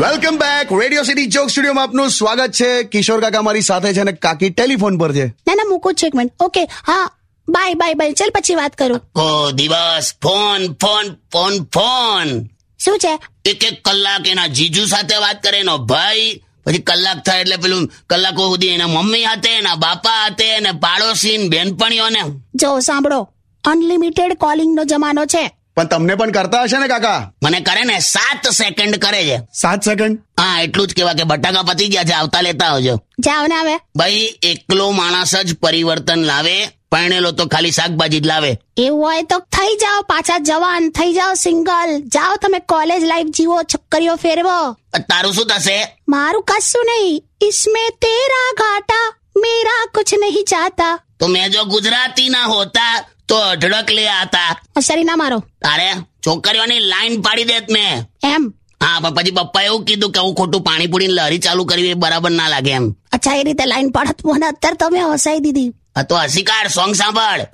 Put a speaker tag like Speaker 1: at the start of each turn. Speaker 1: welcome back radio city joke સ્ટુડિયોમાં આપનું સ્વાગત છે કિશોર કાકા મારી સાથે છે અને કાકી ટેલિફોન પર છે
Speaker 2: ના ના મૂકો જ છે એક મિનિટ ઓકે હા બાય બાય બાય ચલ પછી વાત કરું
Speaker 3: આખો દિવસ ફોન ફોન ફોન ફોન
Speaker 2: શું છે
Speaker 3: એક એક કલાક એના જીજુ સાથે વાત કરે એનો ભાઈ પછી કલાક થાય એટલે પેલું કલાકો સુધી એના મમ્મી હાથે એના બાપા હાથે અને પાડોશી ને બહેનપણીઓને
Speaker 2: જો સાંભળો અનલિમિટેડ કોલિંગ નો જમાનો છે
Speaker 1: પણ તમને પણ કરતા હશે ને કાકા
Speaker 3: મને કરે ને સાત સેકન્ડ કરે છે
Speaker 1: સાત સેકન્ડ
Speaker 3: હા એટલું જ કહેવા કે બટાકા પતી ગયા છે આવતા લેતા આવજો
Speaker 2: જાઓ ને હવે
Speaker 3: ભાઈ એકલો માણસ જ પરિવર્તન લાવે પરણેલો તો ખાલી શાકભાજી જ લાવે
Speaker 2: એવું હોય તો થઈ જાઓ પાછા જવાન થઈ જાઓ સિંગલ જાઓ તમે કોલેજ લાઈફ જીવો છોકરીઓ ફેરવો
Speaker 3: પણ તારું શું થશે
Speaker 2: મારું કશું નહીં ઇસમે તેરા ઘાટા મેરા કુછ નહીં ચાહતા
Speaker 3: તો મેં જો ગુજરાતી ના હોતા તો અઢળક લે આતા
Speaker 2: અસરી ના મારો
Speaker 3: તારે છોકરીઓની લાઈન પાડી દેત મેં
Speaker 2: એમ
Speaker 3: હા પણ પછી પપ્પા એવું કીધું કે હું ખોટું પાણી પૂરી લહેરી ચાલુ કરવી એ બરાબર ના લાગે એમ
Speaker 2: અચ્છા એ રીતે લાઈન પડત મને અત્યારે તમે હસાઈ દીધી
Speaker 3: આ તો હસીકાર સોંગ સાંભળ